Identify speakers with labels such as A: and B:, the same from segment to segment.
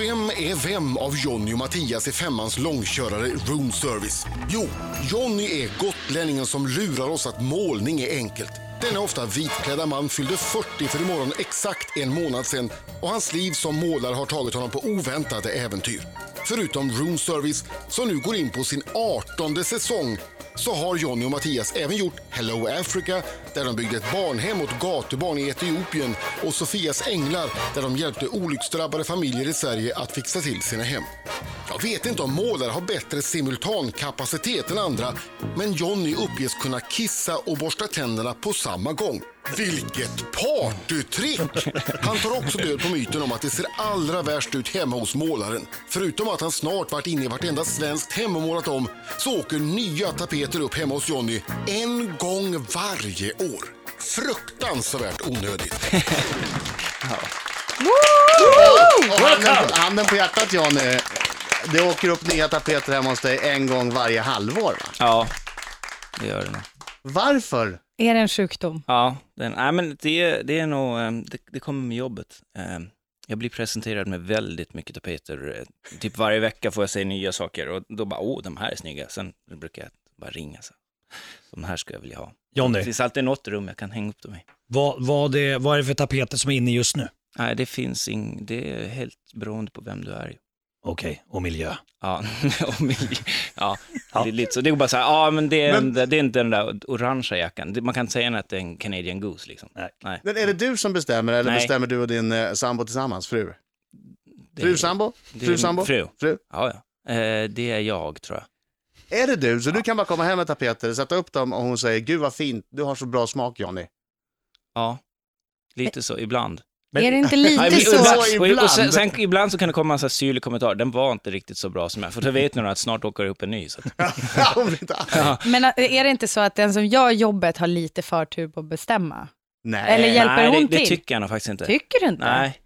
A: Vem är vem av Jonny och Mattias i Femmans långkörare Room Service? Jo, Jonny är gotlänningen som lurar oss att målning är enkelt. Denna ofta vitklädda man fyllde 40 för imorgon exakt en månad sedan och hans liv som målare har tagit honom på oväntade äventyr. Förutom Room Service, som nu går in på sin 18 säsong, så har Jonny och Mattias även gjort Hello Africa där de byggde ett barnhem åt gatubarn i Etiopien och Sofias änglar där de hjälpte olycksdrabbade familjer i Sverige att fixa till sina hem. Jag vet inte om målare har bättre simultankapacitet än andra men Jonny uppges kunna kissa och borsta tänderna på samma gång. Vilket partytrick! Han tar också död på myten om att det ser allra värst ut hemma hos målaren. Förutom att han snart varit inne i vartenda svenskt hem och målat om så åker nya tapeter upp hemma hos Jonny en gång varje år. Fruktansvärt onödigt.
B: Och handen, handen på hjärtat Johnny. Det åker upp nya tapeter hemma hos dig en gång varje halvår va?
C: Ja, det gör det nog.
B: Varför?
D: Är det en sjukdom?
C: Ja, den, nej, men det, det är nog, ehm, det, det kommer med jobbet. Ehm, Jag blir presenterad med väldigt mycket tapeter. Eh, Typ varje vecka får jag se nya saker och då bara, åh, de här är snygga. Sen brukar jag bara ringa så. De här skulle jag vilja ha. Det
E: Jonny,
C: finns alltid något rum jag kan hänga upp dem i.
E: vad, vad, det, vad är det för tapeter som är inne just nu?
C: Nej, det finns ing, det är helt beroende på vem du är. ju.
E: Okej, och miljö.
C: Ja, och mig. ja, Det, är lite, så det går bara så här, ja men det är, en, det är inte den där orangea jackan. Det- Man kan inte säga annat att det är en Canadian Goose liksom.
E: Nej.
C: Nej.
B: Men är det du som bestämmer eller
C: Nej.
B: bestämmer du och din eh, sambo tillsammans? Fru?
C: Det är-
B: Fru sambo?
C: det är
B: Fru
C: min
B: sambo?
C: Fru.
B: Fru?
C: Ja, ja. Eh, det är jag tror jag.
B: Är det du? Så du kan bara komma hem med tapeter, sätta upp dem och hon säger Gud vad fint, du har så bra smak Johnny.
C: Ja, lite så ibland.
E: Men-
D: Är det inte
C: Nej,
D: lite
C: men
D: så?
B: så
C: Och, och sen,
B: ibland.
C: sen, ibland så kan det komma en sån här syrlig kommentar, den var inte riktigt så bra som jag, för då vet ni nog att snart åker det upp en ny. Så att,
B: Hon blir inte arg.
D: Men ä, är det inte så att den som gör jobbet har lite förtur på att bestämma?
B: Nej.
D: Eller hjälper
C: Eh, nej, det,
D: hon
C: det
D: till?
C: tycker jag nog faktiskt inte.
D: Tycker du inte?
C: Nej.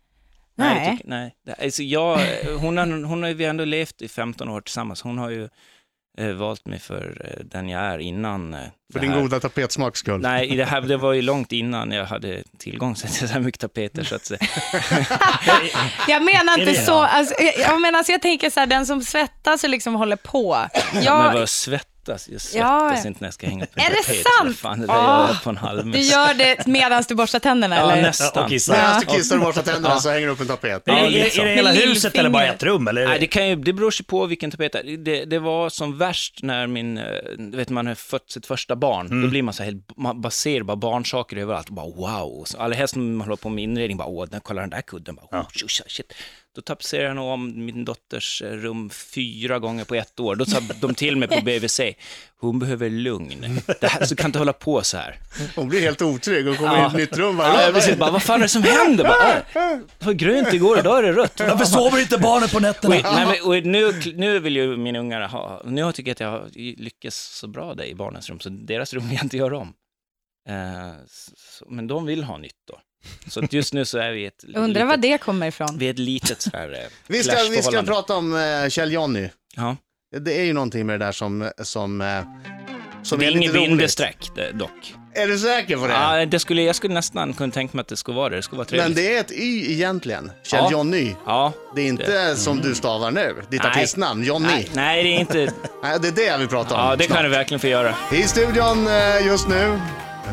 C: Nej.
D: Nej.
C: Jag tycker, nej. Det- Alltså jag, hon har, hon har, ju- vi har ändå levt i 15 år tillsammans. Hon har ju eh, valt mig för eh, den jag är innan. Eh,
B: För
C: det
B: din
C: här.
B: goda tapetsmaks skull.
C: Nej, i det, här, det var ju långt innan jag hade tillgång till så här mycket tapeter. Så att, säga.
D: Jag menar
E: Är
D: inte
E: det
D: så.
E: det?
D: Alltså, jag, jag, menar, alltså, jag tänker så här, den som svettas och liksom håller på.
C: Men
D: Jag,
C: vad jag svettas, jag svettas
D: Ja.
C: inte när jag ska hänga upp en
D: Är det
C: tapet.
D: sant?
C: Fan, det där gör jag
D: Åh.
C: på en halv
D: du gör det medan du borstar tänderna
C: Ja,
D: eller?
C: nästan.
E: Ja, och kissa.
B: Medan du kissar och borstar tänderna
C: Ja.
B: så hänger du upp en tapet.
E: Är,
C: Ja,
E: det-
C: liksom.
E: är det hela
D: Med
E: huset eller bara
D: lillfingret.
E: ett rum? Eller? är
C: Nej,
E: det-
C: det, kan ju, det beror sig på vilken tapet det är. Det, det var som värst när min, eh, du vet man har fött sitt första barn. Då blir man så här helt, man bara ser bara barnsaker överallt och bara wow. Och så, allra helst när man håller på med inredning, bara åh, den, kolla den där kudden, bara, oh, tjus, shit. Då tapetserade jag nog om min dotters eh, rum fyra gånger på ett år. Då sa de till mig på BVC, hon behöver lugn. Det här, så kan inte hålla på så här.
B: Hon blir helt otrygg och kommer
C: Ja.
B: in i ett nytt rum varje
C: Ja,
B: dag.
C: precis, bara, vad fan är det som händer? Bara, "Ah, det var grönt igår, idag är det rött.
E: Varför sover inte barnet på nätterna?
C: Wait, nej, men, och nu, nu vill ju mina ungar ha, nu tycker jag att jag har lyckats så bra där i barnens rum, så deras rum vill jag inte göra om. Eh, s- så, men de vill ha nytt då. Så att just nu så är vi ett
D: Undrar
C: litet,
D: var det kommer ifrån.
C: vi är ett litet så här eh,
B: Vi ska, vi ska
C: clashförhållande.
B: prata om eh, Kjell Jonny.
C: Ja.
B: Det är ju någonting med det där som, som, eh, som
C: Det är inget
B: roligt.
C: bindestreck eh, dock.
B: Är du säker på det?
C: Ja, det skulle, jag skulle nästan kunna tänka mig att det skulle vara det, det skulle vara trevligt.
B: Men det är ett Y egentligen. Kjell
C: Ja.
B: Jonny.
C: Ja.
B: Det är inte som du stavar nu, ditt
C: Nej.
B: artistnamn, Jonny.
C: Nej,
B: Nej.
C: nej, det är inte...
B: det är det vi pratar om.
C: Ja, det kan du verkligen få göra.
B: I studion eh, just nu,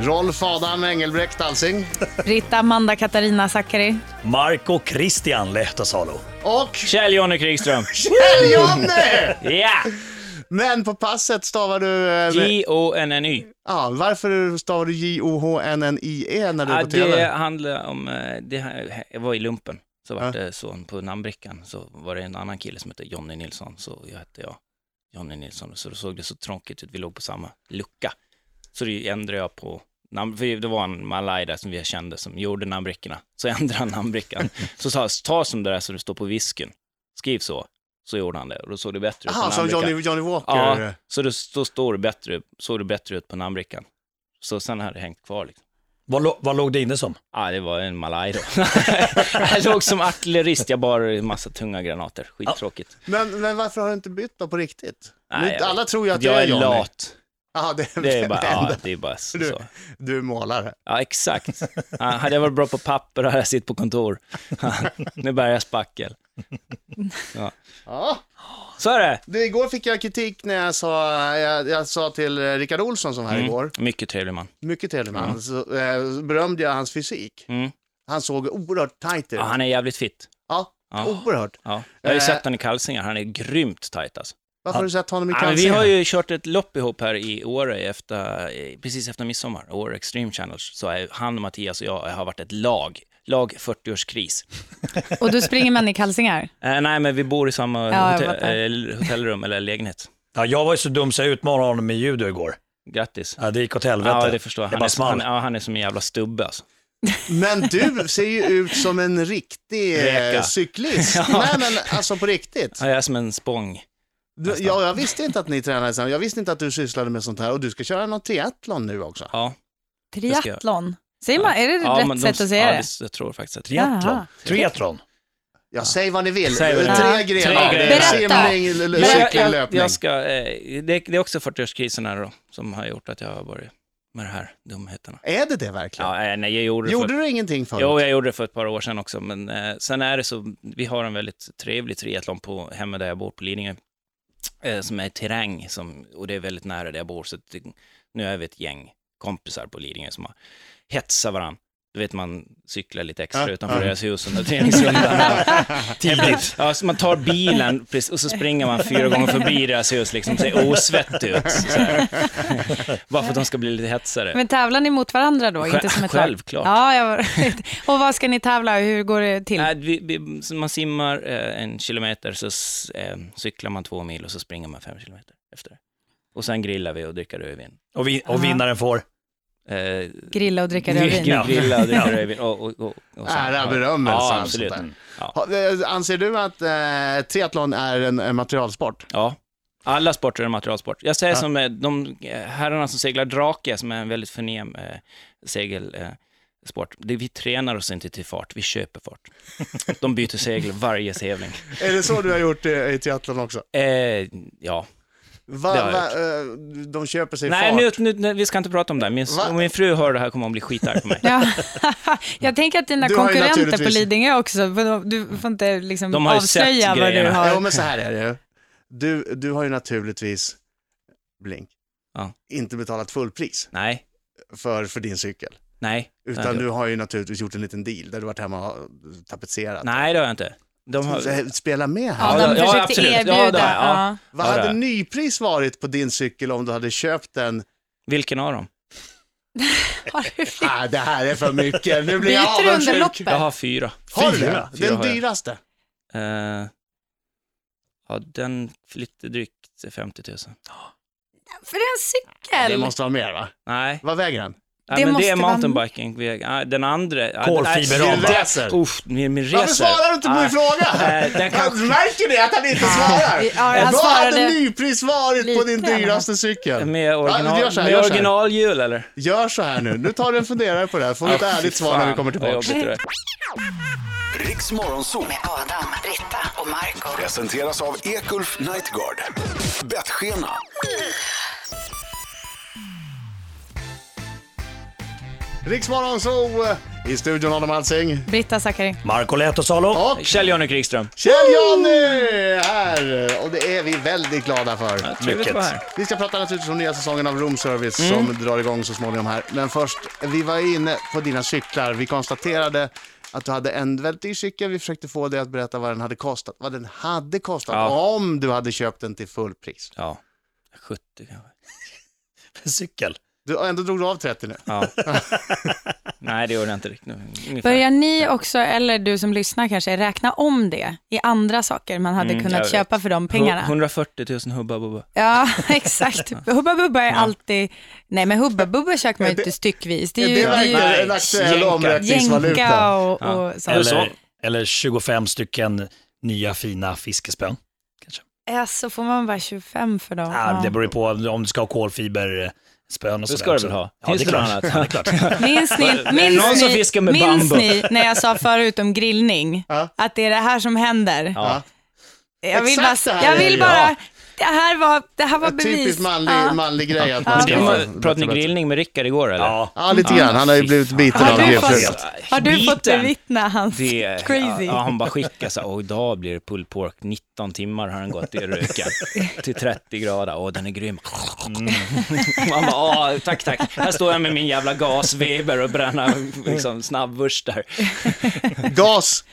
B: Rolf Adam Engelbrekt Alsing
D: Rita, Amanda, Katarina, Zackari.
E: Marco Christian Lehtosalo.
B: och
C: Kjell Jonny Krigström.
B: Kjell Jonny!
C: Ja!
B: Men på passet stavar du... eh, med-
C: J-O-N-N-Y.
B: Ja, varför stavar du J-O-H-N-N-I-E E när du är
C: Ja,
B: på TV?
C: det handlar om, eh, det här, jag var i lumpen, så var det så på namnbrickan, så var det en annan kille som hette Jonny Nilsson, så jag hette jag Jonny Nilsson, så då såg det så tråkigt ut, vi låg på samma lucka. Så det ändrade jag på namn, för det var en malaj där som vi kände som gjorde namnbrickorna, så jag ändrade han namnbrickan. Så sa jag, ta som det där så det står på visken, skriv så, så gjorde han det, och då såg det bättre ut på
B: Aha, som
C: namnbrickan.
B: Johnny, Johnny Walker. eh,
C: Ja, så då, då står det bättre, såg det bättre ut på namnbrickan. Så sen hade det hängt kvar liksom.
E: Vad, lo- vad låg det inne som?
C: Ja, det var en malaj då. jag låg som artillerist, jag bar en massa tunga granater. Skittråkigt.
B: Men, men varför har du inte bytt då på riktigt?
C: Nej,
B: nu,
C: jag vet.
B: alla tror ju att
C: jag
B: du
C: är
B: Johnny.
C: lat.
B: Aha, det,
C: Det är bara,
B: det enda.
C: ja, det är bara
B: Du,
C: så.
B: du är målare.
C: Ja, exakt. Ja, hade jag varit bra på papper hade jag suttit på kontor. nu bär jag spackel. Ja.
B: Ja.
C: Så är det.
B: Du, igår fick jag kritik när jag sa, jag, jag sa till eh, Rickard Olsson som var
C: Mm.
B: här igår,
C: Mycket trevlig man.
B: mycket trevlig man, så eh, berömde jag hans fysik.
C: Mm.
B: Han såg oerhört tajt ut.
C: Ja, han är jävligt fit.
B: Ja,
C: Ja.
B: oerhört.
C: Ja. Jag har ju
B: Eh.
C: sett honom i kalsingar, han är grymt tajt alltså.
B: Varför har du sett honom i
C: Ja, men
B: cancer?
C: vi har ju kört ett lopp ihop här i Åre efter, eh, precis efter midsommar, Åre Extreme Challenge. Så är han, Mattias och jag har varit ett lag. Lag 40-årskris.
D: Och då springer man i kalsingar?
C: Eh, nej, men vi bor i samma
D: jag
C: hotell,
D: fattar.
C: eh, hotellrum eller lägenhet.
E: Ja, jag var ju så dum så jag utmanade honom med judo igår.
C: Grattis.
E: Ja, det gick åt helvete.
C: Ja, det förstår jag.
E: Det
C: Han,
E: bara
C: är, han,
E: small.
C: ja, han är som en jävla stubbe alltså.
B: Men du ser ju ut som en riktig eh,
C: Räka.
B: cyklist. Nej men alltså på riktigt.
C: Han är som en spång.
B: Du, jag, jag visste inte att ni tränade sen. Jag visste inte att du sysslade med sånt här. Och du ska köra någon triathlon nu också.
C: Ja, ska jag.
D: Triathlon? Säger man, är det
C: ja
D: rätt
C: men de-
D: sätt att säga
C: ja,
D: det?
C: Jag tror faktiskt att det är
E: Triathlon.
D: Jaha.
E: Triathlon.
B: Ja, säg vad ni vill.
C: Säg vad ni
B: Tre
D: vill.
B: grenar.
C: Tre
B: Det är
D: grenar.
B: simning, l- l-
C: Ja,
B: cykling,
C: jag, jag,
B: löpning.
C: jag ska, eh, det, det är också 40-årskrisen här då, som har gjort att jag har börjat med de här dumheterna.
B: Är det det verkligen?
C: Ja, eh, nej, jag gjorde det för,
B: Gjorde du ingenting förut?
C: Jo, jag gjorde det för ett par år sedan också, men eh, sen är det så, vi har en väldigt trevlig triathlon på hemma där jag bor på Lidingö, eh, som är terräng, som, och det är väldigt nära där jag bor, så att, det- nu är vi ett gäng kompisar på Lidingö som har hetsat varandra. Du vet, man cyklar lite extra
B: Ja,
C: utanför
B: ja.
C: deras hus under träningsrundan.
E: Tidigt.
C: Ja, så man tar bilen precis, och så springer man fyra gånger förbi deras hus, liksom ser osvettig ut. Så här. Bara för att de ska bli lite hetsade.
D: Men tävlar ni mot varandra då? Inte som ett lag?
C: Självklart.
D: Ja, jag... och vad ska ni tävla och hur går det till?
C: Nej, vi, vi, så man simmar eh, en kilometer, så s- eh, cyklar man två mil och så springer man fem kilometer efter det. Och sen grillar vi och dricker rödvin.
E: Och, vi, och vinnaren får?
C: Eh,
D: Grilla och dricka
C: vi-
D: rödvin?
E: Ja.
C: Grilla och dricka rödvin. Och, och, och, och sen-
B: Ära, berömmelse,
C: Ja,
B: allt
C: absolut.
B: sånt där.
C: Ja.
B: Ha- eh, Anser du att eh, triathlon är en, en materialsport?
C: Ja. Alla sporter är materialsport. Jag säger som eh, de eh, herrarna som seglar drake, som är en väldigt förnem eh, segelsport. Eh, sport. Det- vi tränar oss inte till fart, vi köper fart. De byter segel varje tävling.
B: Är det så du har gjort eh, i triathlon också?
C: Eh, ja.
B: Va,
C: Det har jag
B: va, eh, de köper sig
C: Nej,
B: fart.
C: nu, nu, nu, vi ska inte prata om det. här. Min,
B: Va?
C: om min fru hör det här kommer hon bli skitarg på mig.
D: Ja. jag tänker att dina
B: Du har ju
D: konkurrenter på
B: naturligtvis-
D: Lidingö också, för de- du får inte liksom
C: De har ju sett
D: avslöja vad du
C: grejerna.
D: har.
B: Jo, men så här är det ju. Du, du har ju naturligtvis, blink,
C: Ja.
B: inte betalat fullpris
C: Nej,
B: för, för din cykel.
C: nej. det har
B: Utan
C: jag inte
B: du
C: gjort.
B: har ju naturligtvis gjort en liten deal där du varit hemma och tapetserat.
C: Nej, det har jag inte. De har...
B: Så, Spela med här.
D: Ja,
C: Ja,
D: de
C: ja,
D: försökte
C: absolut. Ja, det
D: erbjuda.
C: har
D: Ja,
C: jag. Ja.
B: Vad
C: Ja, det
B: hade
C: är.
B: nypris varit på din cykel om du hade köpt den?
C: Vilken av dem?
D: Har du fler?
B: Ah, det här är för mycket, nu blir jag
D: Byter du under
B: avundsjuk.
D: loppet?
C: Jag har fyra.
B: Har du det?
E: Fyra.
C: Fyra
B: Den
C: har jag.
B: dyraste?
C: Eh, ja, den flyttade drygt 50 000.
D: För en
B: Det
D: cykel?
B: måste vara mer va?
C: Nej,
B: Vad väger den?
C: Ja,
D: Det
C: men det
D: måste
C: är
D: vara-
C: mountainbiking. Vi- ja, Den andra... ja,
E: Kolfiber-
C: nej,
E: Bra,
B: Din
E: va?
B: racer?
C: Uff, min, min
B: Varför
C: racer.
B: svarar du inte på min
C: Nej,
B: fråga?
C: eh, den
B: Han
C: kanske-
B: Märker ni att han inte svarar?
D: Ah. Ja, han
B: Vad hade
D: svarade-
B: nypris varit på din
D: Lite,
B: dyraste cykel?
C: Med,
B: Ja,
C: original,
B: men gör så här,
C: med
B: gör så här.
C: originalhjul eller?
B: Gör så här nu, nu tar du en funderare på det här, får du ett
C: Ah, fy
B: ärligt svar när vi
C: fan,
B: kommer
C: vad
B: tillbaka.
C: jobbigt det där.
F: Riks Morgonzoo
G: Med Adam, Britta och Marco.
F: presenteras av Ekulf Nightguard. Bettskena.
B: Riksmorgon så eh, i studion Adam Alsing.
D: Britta Zackari.
E: Marco Lehtosalo.
B: Och
C: Kjell-Jonny Krigström.
B: Kjell-Jonny här! Och det är vi väldigt glada för.
C: Trevligt att vara här.
B: Vi ska prata naturligtvis om nya säsongen av Room Service som drar igång så småningom här. Men först, vi var inne på dina cyklar. Vi konstaterade att du hade en väldigt dyr cykel. Vi försökte få dig att berätta vad den hade kostat. Vad den hade kostat
C: Ja.
B: om du hade köpt den till fullpris.
C: Ja, 70 kanske.
E: Cykel.
B: Du ändå drog du av 30 nu.
C: Ja. Nej, det gjorde jag inte riktigt. Ungefär.
D: Börjar ni också, eller du som lyssnar kanske, räkna om det i andra saker man hade
C: Mm, jag
D: kunnat
C: vet.
D: köpa för de pengarna?
C: 140 000 hubba bubba.
D: Ja, exakt. Hubba Bubba är alltid... Nej, men Hubba Bubba köper man ju inte styckvis. Det är ju,
B: det
D: det är ju
B: verkar en
C: nej,
B: aktuell
C: jänka.
B: omräkningsvaluta.
D: jänka och,
C: Ja.
D: och sånt.
E: Eller, eller 25 stycken nya fina fiskespön. Kanske.
D: Ja, Eh, så får man bara 25 för dem.
E: Ah,
D: Ja.
E: Det beror ju på om du ska ha kolfiberspön och
C: Det
E: sådär.
C: ska du
E: också.
C: väl ha?
E: Ja, det är
C: Tills
E: klart.
C: något
E: Ja, det är
C: annat.
E: klart.
D: Minns ni,
C: det
D: minns
C: någon som
D: ni,
C: fiskar med
D: minns
C: bambu?
D: ni när jag sa förut om grillning,
B: Ja.
D: att det är det här som händer?
C: Ja.
D: Jag vill
B: Exakt det
D: bara,
B: här
D: jag
B: är det,
D: vill bara det här var, det här var
B: Ja,
D: bevis.
B: Typiskt manlig,
D: Ja.
B: manlig grej att man
D: Ja,
B: ska...
D: det
B: Ja,
C: Pratade ni grillning med Rickard igår eller?
E: Ja.
B: Ja, lite grann. Han har ju blivit biten
D: Har
B: av
D: du
B: det.
D: fått-
B: förut.
D: Har du fått
C: Biten.
D: bevittna hans
C: Det, Ja,
D: crazy?
C: ja, han bara skickar så här, och idag blir det pulled pork, 19 timmar har den gått i röken till 30 grader, och den är grym. Man bara, "Åh, tack, tack. Här står jag med min jävla gasweber och bränner liksom, snabbwurstar.
B: Gas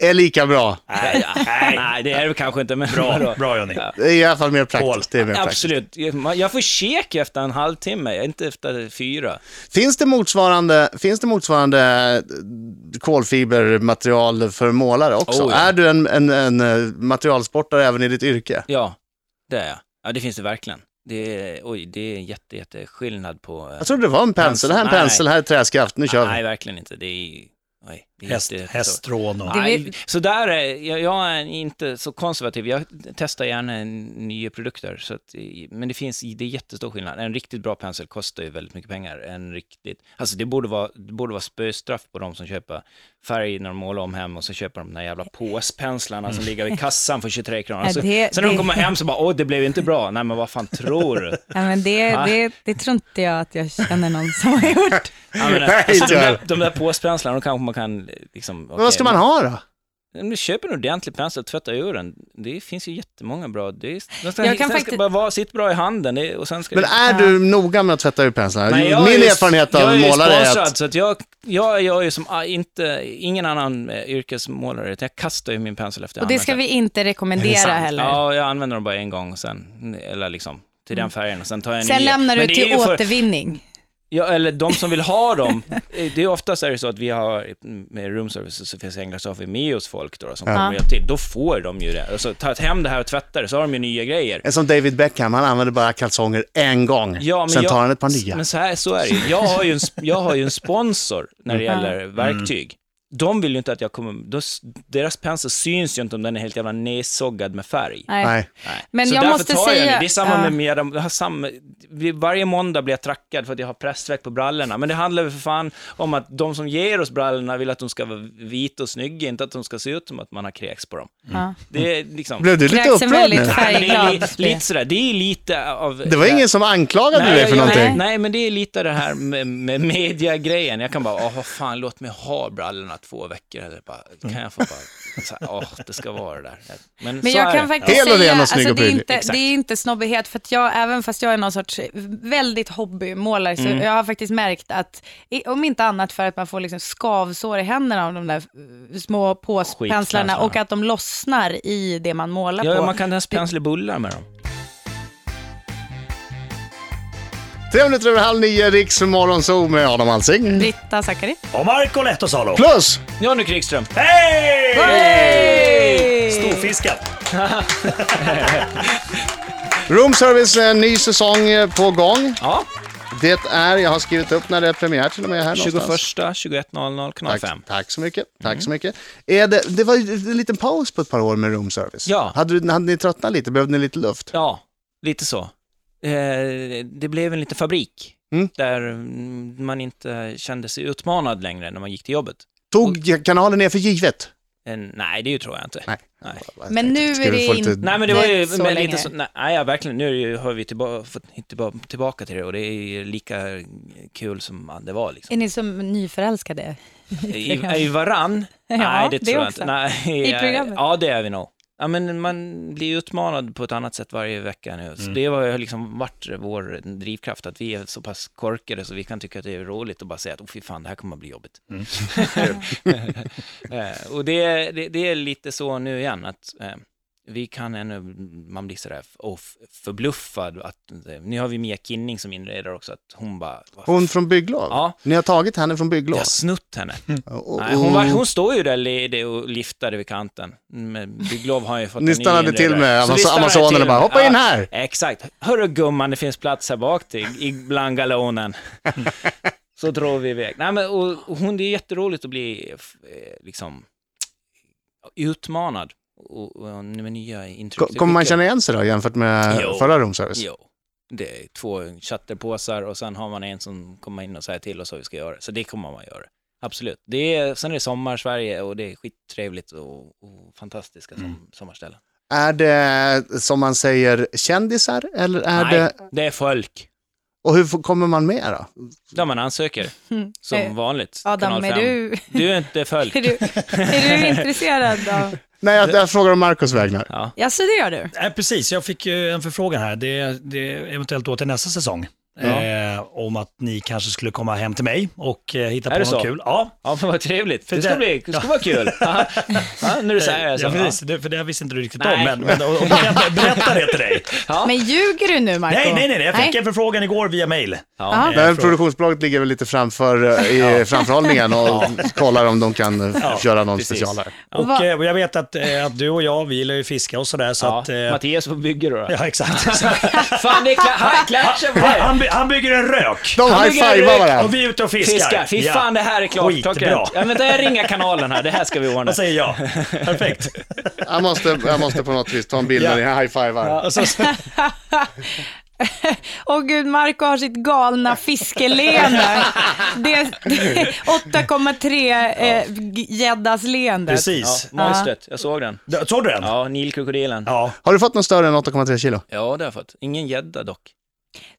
B: är lika bra.
C: Nej, ja, nej, det är det kanske inte, men
E: Bra,
C: vadå?
E: bra Johnny.
C: Ja.
B: Det är i alla fall mer praktiskt. Det är mer praktiskt.
C: Absolut. Man- Jag får käk efter en halvtimme, inte efter fyra.
B: Finns det motsvarande, finns det motsvarande eh, kolfibermaterial för målare också?
C: Oh, ja.
B: Är du en, en, en eh, materialsportare även i ditt yrke?
C: Ja, det är jag. Ja, det finns det verkligen. Det är, oj, det är en jätte, jätte skillnad på... eh,
B: Jag trodde det var en pensel. Det här är en
C: Nej,
B: pensel,
C: nej.
B: här är träskaft. Alltså, Nu kör
C: Nej,
B: vi.
C: verkligen inte. Det är, oj, det är
E: Häst,
C: jätte-
E: hästrån och...
D: Det
C: Nej,
D: vill-
C: så där är, jag, jag är inte så konservativ. Jag testar gärna nya produkter. Så att, men det finns, det är jättestor skillnad. En riktigt bra pensel kostar ju väldigt mycket pengar. En riktigt, alltså det borde vara, det borde vara spöstraff på de som köper färg när de målar om hem och så köper de de där jävla påspenslarna som ligger
B: Mm.
C: vid kassan för 23 kronor.
D: Ja,
C: Så,
D: det-
C: sen när de
D: det-
C: kommer hem så bara, åh, det blev inte bra. Nej, men vad fan tror du?
D: Ja, men det,
C: Ah.
D: det, det tror inte jag att jag känner någon som har gjort.
C: Ja, men,
B: Nej,
C: alltså, de,
B: inte
C: där,
B: jag.
C: de där påspenslarna, de kanske man kan liksom...
B: Men vad ska man ha då?
C: Men köp en ordentlig pensel, tvätta ur den. Det finns ju jättemånga bra. Det är, den ska,
D: Jag
C: den
D: kan
C: ska
D: faktiskt-
C: bara vara, sitt bra i handen det, och sen ska
B: Men
C: det...
B: är du noga med att tvätta ur penslarna?
C: Nej, jag är
B: Min
C: ju-
B: erfarenhet av
C: jag
B: målare
C: är
B: är
C: ju sponsrad,
B: att...
C: så att jag, jag gör ju som ah, inte, ingen annan eh, yrkesmålare, utan jag kastar ju min pensel efter
D: Och det ska vi inte rekommendera heller.
C: Ja, jag använder den bara en gång sen, eller liksom till den färgen och sen tar jag en
D: Mm. Sen
C: ny.
D: lämnar du
C: Men det är
D: till
C: ju för-
D: återvinning.
C: Ja, eller de som vill ha dem. Eh, Det är oftast är det så att vi har med roomservice och Sofias änglar så har vi med oss folk då, som kommer och hjälper till. Då får de ju det. Alltså, ta hem det här och tvätta det, så har de ju nya grejer.
B: En som David Beckham, han använder bara kalsonger en gång.
C: Ja, men
B: Sen
C: jag-
B: tar han ett par nya.
C: Men så, här, så är det ju. Jag har ju en, sp- jag har ju en sponsor när det
B: Mm.
C: gäller verktyg. De vill ju inte att jag kommer... de s- Deras pensel syns ju inte om den är helt jävla nedsoggad med färg.
D: Nej.
B: Nej.
D: Men
C: så
D: jag
C: därför
D: måste
C: tar
D: säga...
C: jag det. Det är samma
D: Ja.
C: med mera, jag har samma, vi- varje måndag blir jag trackad för att jag har pressveck på brallorna. Men det handlar väl för fan om att de som ger oss brallorna vill att de ska vara vita och snygga, inte att de ska se ut som att man har kräks på dem.
D: Ja.
C: Det är liksom...
B: Mm. Blev du lite
D: Kräks en
B: upprörd
D: väldigt
B: nu?
C: Nej, men det är li,
D: färgglad
C: lite sådär, det är lite av...
B: Det var ingen som anklagade dig för
C: jag-
B: någonting.
C: Nej, nej, men det är lite det här med, med media-grejen. Jag kan bara, åh fan, låt mig ha brallorna två veckor. Eller bara, kan jag få bara, så här, åh, det ska vara det där. Men,
D: Men
C: så
D: jag
C: är
D: kan
C: det.
D: faktiskt
B: Hel och
D: säga,
B: ren och
D: alltså,
B: snygg och
D: det, är
B: prydlig.
D: inte,
C: Exakt.
D: det är inte snobbighet, för att jag, även fast jag är någon sorts väldigt hobbymålare, så
C: Mm.
D: jag har faktiskt märkt att, i- om inte annat för att man får liksom skavsår i händerna av de där eh, små påspenslarna
C: Skitpenslarna.
D: och att de lossnar i det man målar
C: Ja,
D: på.
C: man kan ens pensla bullar med dem.
B: Tre minuter över halv nio, Riks morgonzoo med Adam Alsing.
D: Britta Zackari.
E: Och Marco Lehtosalo.
B: Plus!
C: Johnny Krigström.
E: Hej!
D: Hey!
E: Storfiskat.
B: Room Service, en ny säsong eh, på gång.
C: Ja,
B: Det är, jag har skrivit upp när det är premiär till och med här
C: 21,
B: någonstans.
C: 21.00, kanal 5.
B: Tack, tack så mycket. Tack
C: Mm.
B: så mycket. Är det, det var ju en liten paus på ett par år med Room Service.
C: Ja.
B: Hade, du- hade ni tröttnat lite? Behövde ni lite luft?
C: Ja, lite så. Eh, det blev en liten fabrik
B: Mm.
C: där mm, man inte kände sig utmanad längre när man gick till jobbet.
B: Tog kanalen ner för givet?
C: Eh, nej, det tror jag inte.
B: Nej.
C: Nej.
D: Men nu
B: Ska
D: är
B: vi
D: det
B: få lite-
D: inte...
C: Nej men det var ju
D: Inte så
C: men
D: länge.
C: lite så, nej ja, verkligen, nu är det ju- har vi tillba- fått tillba- tillbaka till det och det är ju lika kul som det var liksom.
D: Är ni som nyförälskade?
C: I, i varann? nej det
D: det
C: tror jag
D: också.
C: inte. Nej,
D: I
C: eh,
D: programmet.
C: Ja det är vi nog. Ja, men man blir utmanad på ett annat sätt varje vecka nu. Så Det har ju liksom varit vår drivkraft, att vi är så pass korkade så vi kan tycka att det är roligt att bara säga att oh, fy fan, det här kommer att bli jobbigt. Eh, och det, det, det är lite så nu igen, att eh, vi kan ännu, man blir sådär f- och f- förbluffad. Att, eh, nu har vi Mia Kinning som inreder också, att hon bara... "Vad
B: Hon från bygglov?
C: Ja.
B: Ni har tagit henne från
C: jag
B: bygglov?
C: har snott henne.
B: Oh, oh,
C: Nej, hon, var,
B: oh.
C: hon står ju där ledig och liftade vid kanten. Men Bygglov har ju fått
B: Ni
C: en ny
B: stannade till
C: inredare.
B: med
C: Så
B: Amaz-
C: vi stannade
B: Amazonerna
C: till
B: bara,
C: med-
B: "Hoppa in här!"
C: Exakt. Hörru gumman, det finns plats här bak till, i- bland galonen. Så drog vi iväg. Nej, men, och, och hon, det är jätteroligt att bli f- eh, liksom, utmanad och, och, med nya intryck.
B: Ko- Kommer man känna igen sig då jämfört med
C: Jo.
B: förra Room Service?
C: Jo. Det är två chatterpåsar och sen har man en som kommer in och säger till oss hur vi ska göra. Så det kommer man göra. Absolut.
E: Mm.
C: Det är, sen är det sommar i Sverige och det är skittrevligt och, och fantastiska som, sommarställen.
B: Är det, som man säger, kändisar eller är
C: Nej,
B: det...
C: det är folk.
B: Och hur får- kommer man med då?
C: Där man ansöker,
D: Eh,
C: som vanligt.
D: Adam,
C: Kanal
D: är
C: fem.
D: du,
C: Du är inte folk.
D: är du, är du intresserad av...
B: Nej, jag, jag frågar om Marcos vägnar.
C: Ja.
D: Jaså, det gör du?
E: Nej, precis, jag fick ju en förfrågan här, det, det är eventuellt då till nästa säsong.
C: Ja.
E: Eh, om att ni kanske skulle komma hem till mig och eh, hitta
C: Är
E: på
C: det
E: något
C: så?
E: kul. Ja,
C: ja, men vad trevligt.
E: För
C: Det ska,
E: det- Eh,
C: bli, det ska vara kul. Ja. Ja, nu är det så här. Så.
E: ja, precis, det, för det här visste inte du riktigt
C: Nej.
E: om, men, men och, och, berätta, berätta det till dig.
C: Ja.
D: Men ljuger du nu, Marco?
E: Nej, nej, nej, nej, jag fick en förfrågan igår via mail.
D: Ja.
B: Men
E: fråga.
B: produktionsbolaget ligger väl lite framför eh, i framförhållningen och kollar om de kan eh, göra någon
C: precis.
B: specialare.
E: Och,
D: Va-
E: eh, och jag vet att, eh, att du och jag, vi gillar ju fiska och sådär, så
C: Ja,
E: att... eh,
C: Mattias på bygger då.
E: Ja, exakt. Så-
C: Fan, det är kla- han klatschar på
E: han,
C: det.
E: han by- han bygger en rök.
B: De
C: men
B: high-fivar
C: Erik,
E: Och
B: varandra.
E: vi är ute och fiskar.
C: Fiskar. Fy
E: Ja.
C: fan, det här är klart.
E: Skitbra.
C: Ja, men där ringa kanalen här. Det här ska vi ordna.
E: Vad säger jag? Perfekt.
B: Jag måste, jag måste på något vis ta en bild när ni high-fivar.
E: Ja, och så, så,
D: Åh gud, Marco har sitt galna fiskeleende. Det är 8,3 eh, g- gäddas leende.
E: precis.
C: Ja, monstret. Jag såg den.
E: Ja. Såg du den?
C: Ja, nilkrokodilen. Ja.
E: Ja.
B: Har du fått någon större än 8,3 kilo?
C: ja, det har jag fått. Ingen gädda dock.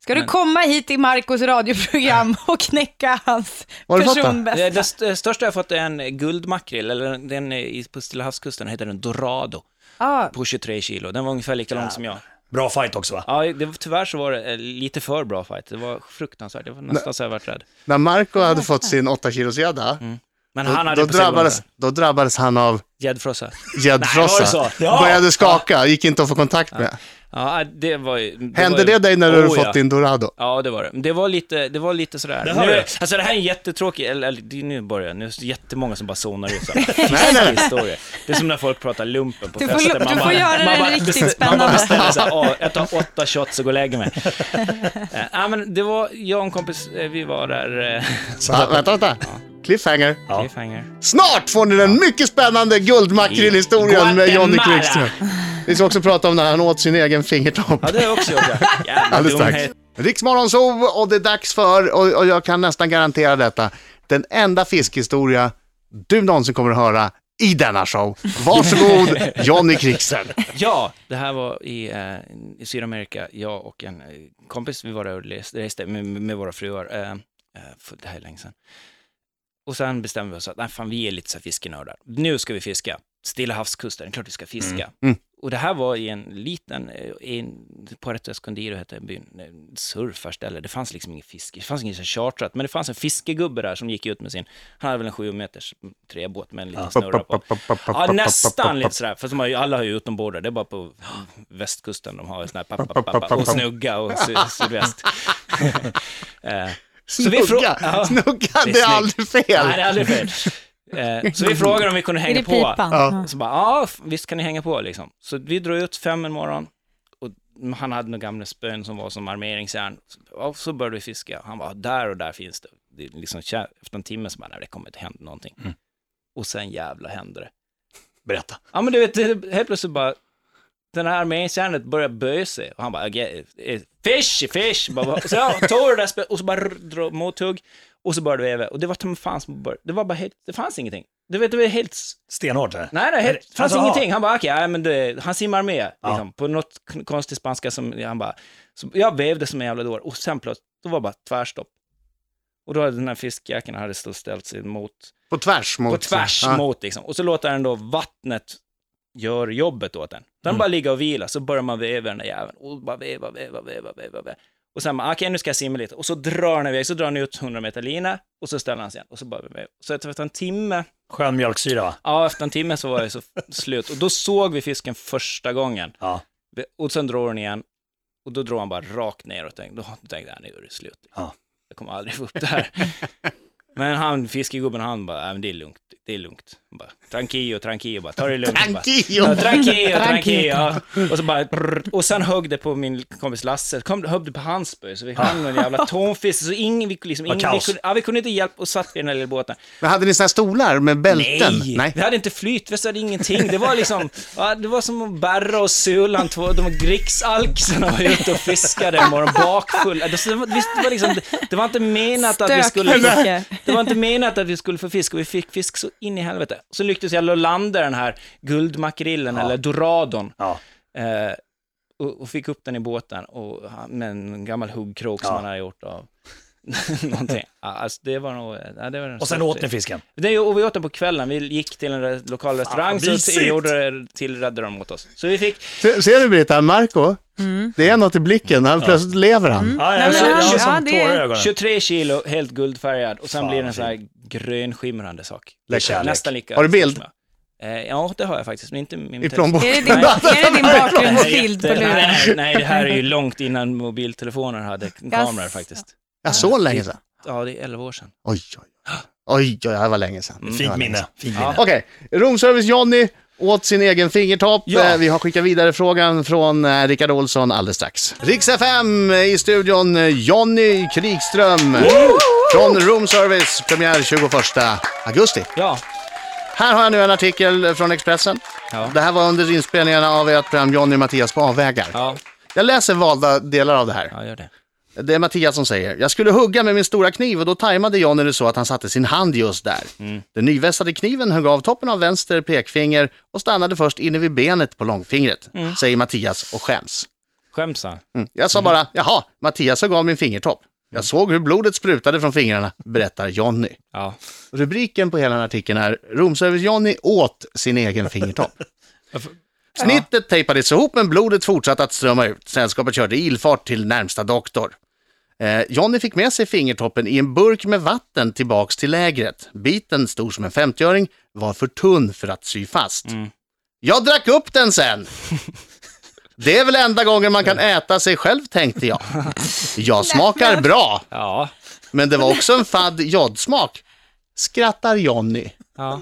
D: Ska du komma hit till Marcos radioprogram och knäcka hans
B: Vad har du fått då?
C: Det,
D: personbästa?
C: det st- största jag fått är en guldmakrill, eller den är i- på Stilla havskusten heter den Dorado,
D: Ja,
C: på 23 kilo. Den var ungefär lika lång som jag.
E: Bra fight också va?
C: Ja, det, tyvärr så var det eh, lite för bra fight. Det var fruktansvärt. Det var nästan så jag vart rädd.
B: När Marco hade fått sin 8 kilos gädda,
C: Men Mm. han
B: då,
C: hade
B: då,
C: på sig
B: drabbades- då drabbades han av
C: gäddfrossa. Nej, var
B: gäddfrossa.
C: det så?
E: Ja.
B: Började skaka, gick inte att få kontakt med.
C: Ja, det var ju... Det
B: Hände
C: var ju,
B: det dig när du hade
C: Oh,
B: fått
C: ja.
B: din Dorado?
C: Ja, det var det. Men Det var lite, det var lite sådär.
E: Det
C: Det
E: hör
C: nu,
E: jag.
C: alltså det här är en jättetråkig, eller, eller det är nu börjar jag, nu är det jättemånga som bara zonar ut
B: Nej, nej.
C: såhär. historia. Det är som när folk pratar lumpen på
D: Du får
C: fester.
D: lu- du får
C: bara-
D: göra den
C: bara
D: riktigt
C: beställer- Man
D: spännande.
C: bara beställer såhär, "Åh, jag tar åtta shots och går och lägger mig. Eh, Ja, men det var, jag och en kompis, eh, vi var där, eh,
B: Va, vänta, vänta. Cliffhanger.
C: cliffhanger.
B: Snart får ni den mycket spännande guldmakrillhistorien med Johnny
C: Guatemala.
B: Quickström. Vi ska också prata om när han åt sin egen fingertopp.
C: Ja, det har jag också gjort ja. Jävla
B: Alldeles strax.
C: dumhet.
B: Riksmorgonzoo och det är dags för, och, och jag kan nästan garantera detta, den enda fiskhistoria du någonsin kommer att höra i denna show. Varsågod, Johnny Kricksen.
C: Ja, det här var i, eh, i Sydamerika. Jag och en eh, kompis, vi var där och les- reste med, med våra fruar. Eh, eh, för det här är länge sedan. Och sen bestämde vi oss att nej, fan, vi är lite så här fiskenördar. Nu ska vi fiska. Stilla havskusten, det är klart vi ska fiska.
B: Mm.
C: Och det här var i en liten, eh, i en, Puerto Escondido hette byn, eh, surfarställe. Det fanns liksom ingen fiske, det fanns inget så här chartrat, men det fanns en fiskegubbe där som gick ut med sin, han hade väl en sju meters träbåt med en liten snurra på. Ja, nästan lite sådär. För som har ju- alla har ju utombordare. Det är bara på västkusten de har sån här pappa, pappa, pappa, och snugga och sy- sydväst. Eh, så vi frå-
B: Snugga,
C: Ja.
B: snugga,
C: Det är
B: det är
C: snyggt.
B: aldrig fel.
C: Nej, det är aldrig fel. Eh, Så vi frågade om vi kunde
D: är
C: hänga
D: det
C: på.
D: pipan?
B: Ja.
C: Så bara, ja, f- visst kan ni hänga på liksom. Så vi drog ut fem en morgon och han hade några gamla spön som var som armeringsjärn. Så- Och så började vi fiska. Han bara, där och där finns det. det är liksom, kä- efter en timme så bara, nej, det kommer inte hända någonting. Och sen jävla hände det.
E: Berätta.
C: Ja, men du vet, det- helt plötsligt bara, den här armeringsjärnet börjar böja sig. Och han bara, okay, eh, fish, fish. Bara, bara- så jag tog det där spö- och så bara rr- dra mothugg. Och så började vi veva. Och det var som fan som bör- Det var bara helt, det fanns ingenting. Du vet, det var helt s-
E: Stenhårt det här.
C: Nej, nej, helt, fanns
E: Alltså,
C: ingenting. Han bara, okej, nej, men det, han simmar med. Liksom, på något k- konstig spanska som han bara... Så jag vevde som en jävla dår och sen plötsligt, då var det bara tvärstopp. Och då hade den här fiskjäkeln hade stått ställt sig mot,
B: På tvärs mot...
C: på tvärs
B: Ja.
C: mot liksom. Och så låter den då vattnet göra jobbet åt den. Den
B: Mm.
C: bara ligger och vilar, så börjar man veva den där jäveln. Och bara veva, veva, veva, veva, veva. Och sen bara, okej nu ska jag simma lite. Och så drar den iväg, så drar den ut 100 meter lina och så ställer han sig igen. Och så bara, så efter en timme
E: Skön mjölksyra va?
C: Ja, efter en timme så var det så slut. Och då såg vi fisken första gången.
E: Ja.
C: Och sen drog den igen. Och då drog han bara rakt ner och tänkte, då tänkte jag, nu är det slut.
E: Ja.
C: Jag kommer aldrig få upp det här. Men han, fiskegubben, han bara, "Nej, men det är lugnt, det är lugnt. Han bara, tranquillo, tranquillo, bara, ta det lugnt. bara.
B: Tranquillo.
C: Ja, tranquillo, tranquillo. Och så bara, brrr. och sen högg det på min kompis Lasse, kom, högg det på hans spö, så vi hann någon jävla tonfisk, så ingen, vi, liksom,
E: Vad
C: ingen, vi,
E: kaos.
C: kunde, ja, vi kunde inte hjälpa, och satt vi i den här lilla båten.
B: Men hade ni såna här stolar med bälten?
C: Nej, vi hade inte flytväst, vi hade ingenting. Det var liksom, ja, det var som att Berra och Sulan, två, de riksalkisarna var ute och fiskade en morgon bakfulla. Det, det, var- visst, det var liksom, det var inte menat att vi skulle...
D: Stökfiske.
C: Det var inte menat att vi skulle få fisk och vi fick fisk så in i helvete. det. Så lyckades jag landa den här guldmakrillen eller doradon
E: Ja.
C: eh, och, och fick upp den i båten och, han- med en gammal huggkrok som
E: Ja.
C: han hade gjort av någonting. Ja, Alltså, det var nog... Ja, det var den
E: Och sen
C: största-
E: åt ni fisken.
C: det, och vi åt den på kvällen. Vi gick till en re- lokal restaurang,
E: vad
C: så
E: mysigt!
C: gjorde det- tillredde de åt oss. Så vi fick,
B: Se- Ser du Britta, Marco? Det är något i blicken, han plötsligt lever han.
E: Ja,
D: Nej,
E: jag,
D: men
E: jag,
D: han-
E: jag har
D: ja,
E: som
D: det-
E: tårar i ögonen.
C: 23 kilo helt guldfärgad och sen
E: Fan,
C: blir det en sån här grönskimrande sak.
E: Det är kärlek.
C: Nästan lika.
B: Har du bild?
C: som jag. Eh, Ja, det har jag faktiskt, men inte min
B: I
C: telefon.
B: plånboken.
D: Är det din, är det din bakgrundsbild på
C: Det-
D: luren?
C: nej, nej, det här är ju långt innan mobiltelefoner hade kameror faktiskt.
B: Ja, så länge sedan.
C: Ja, det är 11 år sedan.
B: Oj, oj, oj. Oj, oj, det här var länge sedan.
C: Mm.
B: Det var
E: Fint
B: länge sedan.
E: minne. Fint minne.
B: Okej, Romservice Johnny åt sin egen fingertopp.
C: Ja.
B: Eh, Vi har skickat vidare frågan från eh, Rickard Olsson alldeles strax. Riks FM i studion, eh, Johnny Krigström. Från Roomservice, premiär 21 augusti.
C: Ja,
B: Här har jag nu en artikel från Expressen.
C: Ja.
B: Det här var under inspelningarna av ert program Johnny och Mattias på avvägar.
C: ja,
B: Jag läser valda delar av det här.
C: ja, gör det.
B: Det är Mattias som säger. Jag skulle hugga med min stora kniv och då tajmade Johnny det så att han satte sin hand just där. Den nyvässade kniven högg av toppen av vänster pekfinger och stannade först inne vid benet på långfingret, säger Mattias och skäms.
C: Skäms han?
B: Mm. Jag sa bara, jaha, Mattias högg av min fingertopp. Jag såg hur blodet sprutade från fingrarna, berättar Johnny.
C: Ja.
B: Rubriken på hela den här artikeln är Romservice Johnny åt sin egen fingertopp. Snittet tejpades ihop men blodet fortsatte att strömma ut. Sällskapet körde ilfart till närmsta doktor. Eh, Johnny fick med sig fingertoppen i en burk med vatten tillbaks till lägret. Biten, stor som en 50-öring, var för tunn för att sy fast. Jag drack upp den sen! Det är väl enda gången man kan äta sig själv, tänkte jag. Jag smakar bra,
C: Ja.
B: men det var också en fadd jodsmak. Skrattar Johnny.
C: ja.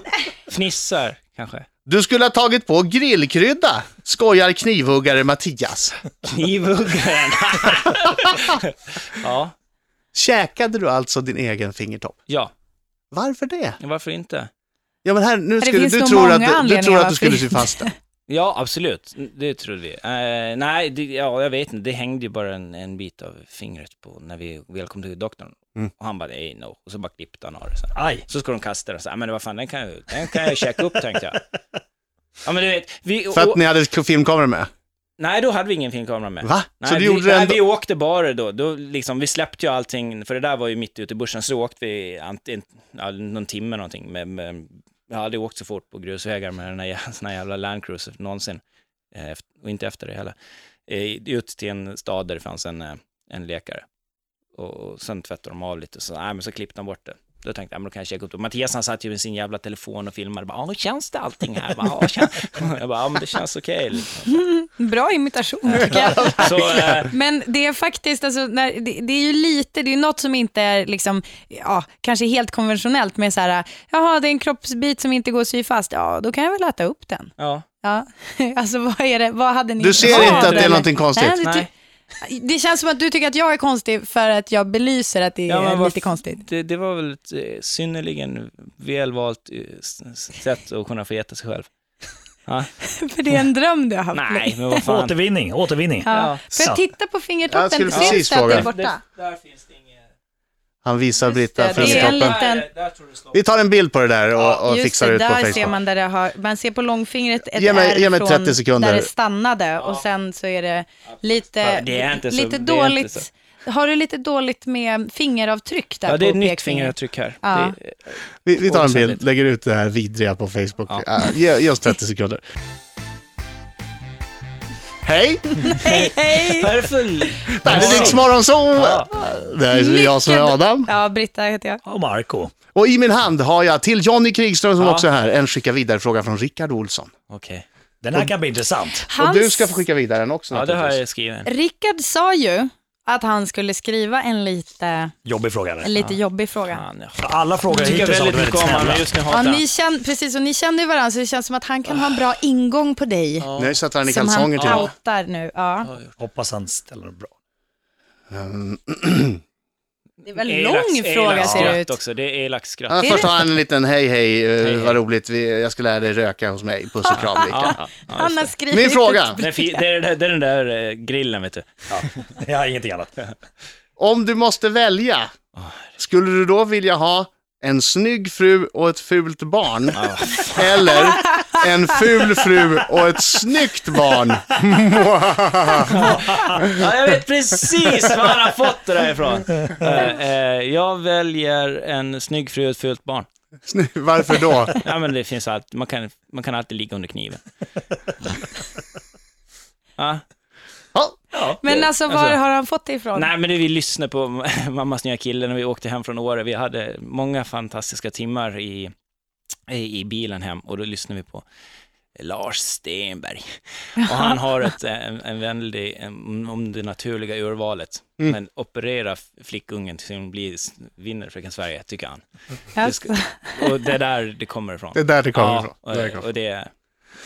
C: Fnissar, kanske.
B: Du skulle ha tagit på grillkrydda, skojar knivhuggare Mattias.
C: Knivhuggaren. ja,
B: Käkade du alltså din egen fingertopp?
C: ja.
B: Varför det?
C: Varför inte?
B: Ja men här, nu skulle,
D: finns
B: du,
D: nog
B: tror
D: många
B: att, du
D: anledningar
B: tror att du
D: varför-
B: skulle sy fast den.
C: Ja, absolut. Det trodde vi. Eh, nej, det, ja, jag vet inte. Det hängde ju bara en, en bit av fingret på när vi väl kom till doktorn.
B: Mm.
C: Och han bara, nej, no. Och så bara klippte han av det så här.
E: Aj.
C: Så ska de kasta den så här, men vad fan, den kan, jag- den kan jag käka upp, tänkte jag. Ja, men du vet, vi,
B: För att
C: och,
B: ni hade k- filmkamera med?
C: nej, då hade vi ingen filmkamera med.
B: Va?
C: Nej,
B: Så du
C: vi,
B: gjorde det
C: nej,
B: ändå-
C: vi åkte bara då. då liksom, vi släppte ju allting, för det där var ju mitt ute i bushen, så åkte vi antingen, ja, någon timme någonting. Med, med, jag har aldrig åkt så fort på grusvägar med den här, sån här jävla landcruiser någonsin. Eh, eft- och inte efter det heller. Eh, ut till en stad där det fanns en, eh, en läkare. Och, och sen tvättade de av lite, så, nej, men så klippte de bort det. Då tänkte jag, men då kan jag checka upp det. Mattias han satt ju med sin jävla telefon och filmade. Bara, "Ja, känns det allting här? Bara, "Ja, kän-" jag bara, ja, men det känns okej. Liksom.
D: Bra imitation tycker jag.
C: Så, eh,
D: Men det är faktiskt, alltså, när, det, det är ju lite, det är ju något som inte är liksom, ja, kanske helt konventionellt med så här, jaha det är en kroppsbit som inte går att sy fast, ja då kan jag väl äta upp den.
C: ja.
D: Ja. Alltså vad är det, vad hade ni
B: Du ser
D: för
B: inte
D: val,
B: att det är
D: eller?
B: någonting konstigt?
D: Nej, det, ty-
C: Nej.
D: det känns som att du tycker att jag är konstig för att jag belyser att det
C: Ja, men
D: är
C: vad
D: lite
C: f-
D: konstigt.
C: Det, det var väl ett eh, synnerligen välvalt eh, s- s- sätt att kunna få äta sig själv. Ja.
D: För det är en dröm du har haft.
C: Nej, men vad fan.
E: Återvinning, återvinning.
D: Ja. För
E: Så.
D: jag titta på
B: Jag
D: fingertoppen,
B: skulle
D: syns
B: precis
D: det att det är
B: fråga.
D: borta?
C: där finns det inget...
B: Han visar Britta
D: det, det är en
B: fingertoppen.
D: liten- Där-
B: Vi tar en bild på det där och, och
D: Just
B: fixar
D: det,
B: ut på
D: där ser
B: Facebook.
D: man där det har, man ser på långfingret ett
B: Ge mig-
D: ärr
B: ge mig 30
D: från
B: sekunder.
D: där det stannade och sen så är det lite,
C: Det är inte så- det
D: lite
C: är inte
D: dåligt.
C: så.
D: har du lite dåligt med fingeravtryck där
C: Ja, det är
D: på
C: ett nytt
D: pekfingret?
C: fingeravtryck här.
D: Ja.
C: Det, är-
B: Vi, vi tar en bild,
C: Otroligt.
B: lägger ut det här vidriga på Facebook. Ja. Ge, ge oss 30 sekunder. Hej!
C: Perfekt!
B: Det här är Rix Morgonzoo! Det här är jag som är
D: Mycket-
B: Adam.
D: Ja, Britta heter jag.
E: Och Marco.
B: Och i min hand har jag till Johnny Krigström som också är här, en skicka vidare-fråga från Rickard Olsson.
C: Okej.
E: Den här kan bli intressant.
D: Hans,
B: Och du ska få skicka vidare den också
C: Ja, det har
B: naturligtvis.
C: jag skrivit.
D: Rickard sa ju att han skulle skriva en lite,
E: Jobbig fråga. eller?
D: en lite jobbig fråga.
C: Fan, jag
E: Alla frågor
C: tycker
E: hittills har varit
C: väldigt mycket
E: väldigt
C: om honom,
E: snälla.
C: men just nu
D: Ja,
C: hatar jag
D: ni känner, precis, och ni känner ju varandra så det känns som att han kan ha en bra ingång på dig.
B: Nu sätter han i
D: Som han
B: kalsonger till. Ja.
D: outar nu. Ja.
E: Hoppas han ställer den bra.
D: Det är väl en
C: Elakt-
D: lång
C: elakt
D: fråga ser det
C: skratt
D: ut.
C: också, det är elakt skratt.
B: Ja,
D: Är
B: först
D: det-
B: har han en liten hej hej, eh,
C: hej.
B: vad roligt, vi, jag ska lära dig röka hos mig, puss och kram Rickard.
C: Ja, ja, just
D: Han har
C: det.
D: skrivit
B: Min fråga.
D: ett brev.
C: Det är fi- det är den där- det är den där eh, grillen, vet du.
E: Ja, ingenting annat.
B: Om du måste välja, skulle du då vilja ha en snygg fru och ett fult barn. Eller en ful fru och ett snyggt barn.
C: Ja, jag vet precis var han har fått det där ifrån. Eh, eh, jag väljer en snygg fru och ett fult barn.
B: Snygg- Varför då?
C: Ja, men det finns allt. Man kan, man kan alltid ligga under kniven. Ja.
B: Ja.
D: Men alltså, var
C: Alltså-
D: har han fått det ifrån?
C: Nej, men det, vi lyssnade på Mammas nya kille när vi åkte hem från Åre. Vi hade många fantastiska timmar i, i, i bilen hem och då lyssnade vi på Lars Stenberg. Och han har ett, eh, en, en vänlig, en, om det naturliga urvalet,
B: Mm.
C: men operera f- flickungen tills hon blir, s- vinner Fröken Sverige, tycker han.
D: Ja.
C: Det ska- och det är där det kommer ifrån.
B: Det är där det kommer
C: ja,
B: ifrån.
C: och,
B: Där det kommer.
C: och det är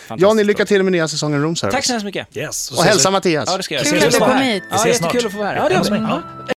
C: fantastiskt.
B: Johnny, lycka till med nya säsongen Room Service.
C: Tack så hemskt mycket.
E: Yes.
B: Och hälsa
E: ses vi-
B: Mattias.
C: Ja, det ska jag.
D: Kul
C: Ses
D: att du
C: vi
D: kom
C: snart.
D: hit.
E: Vi
C: Ja,
E: ses snart.
C: jättekul att få vara här.
E: Ja, det gör vi.
C: Hemskt.
E: Ja.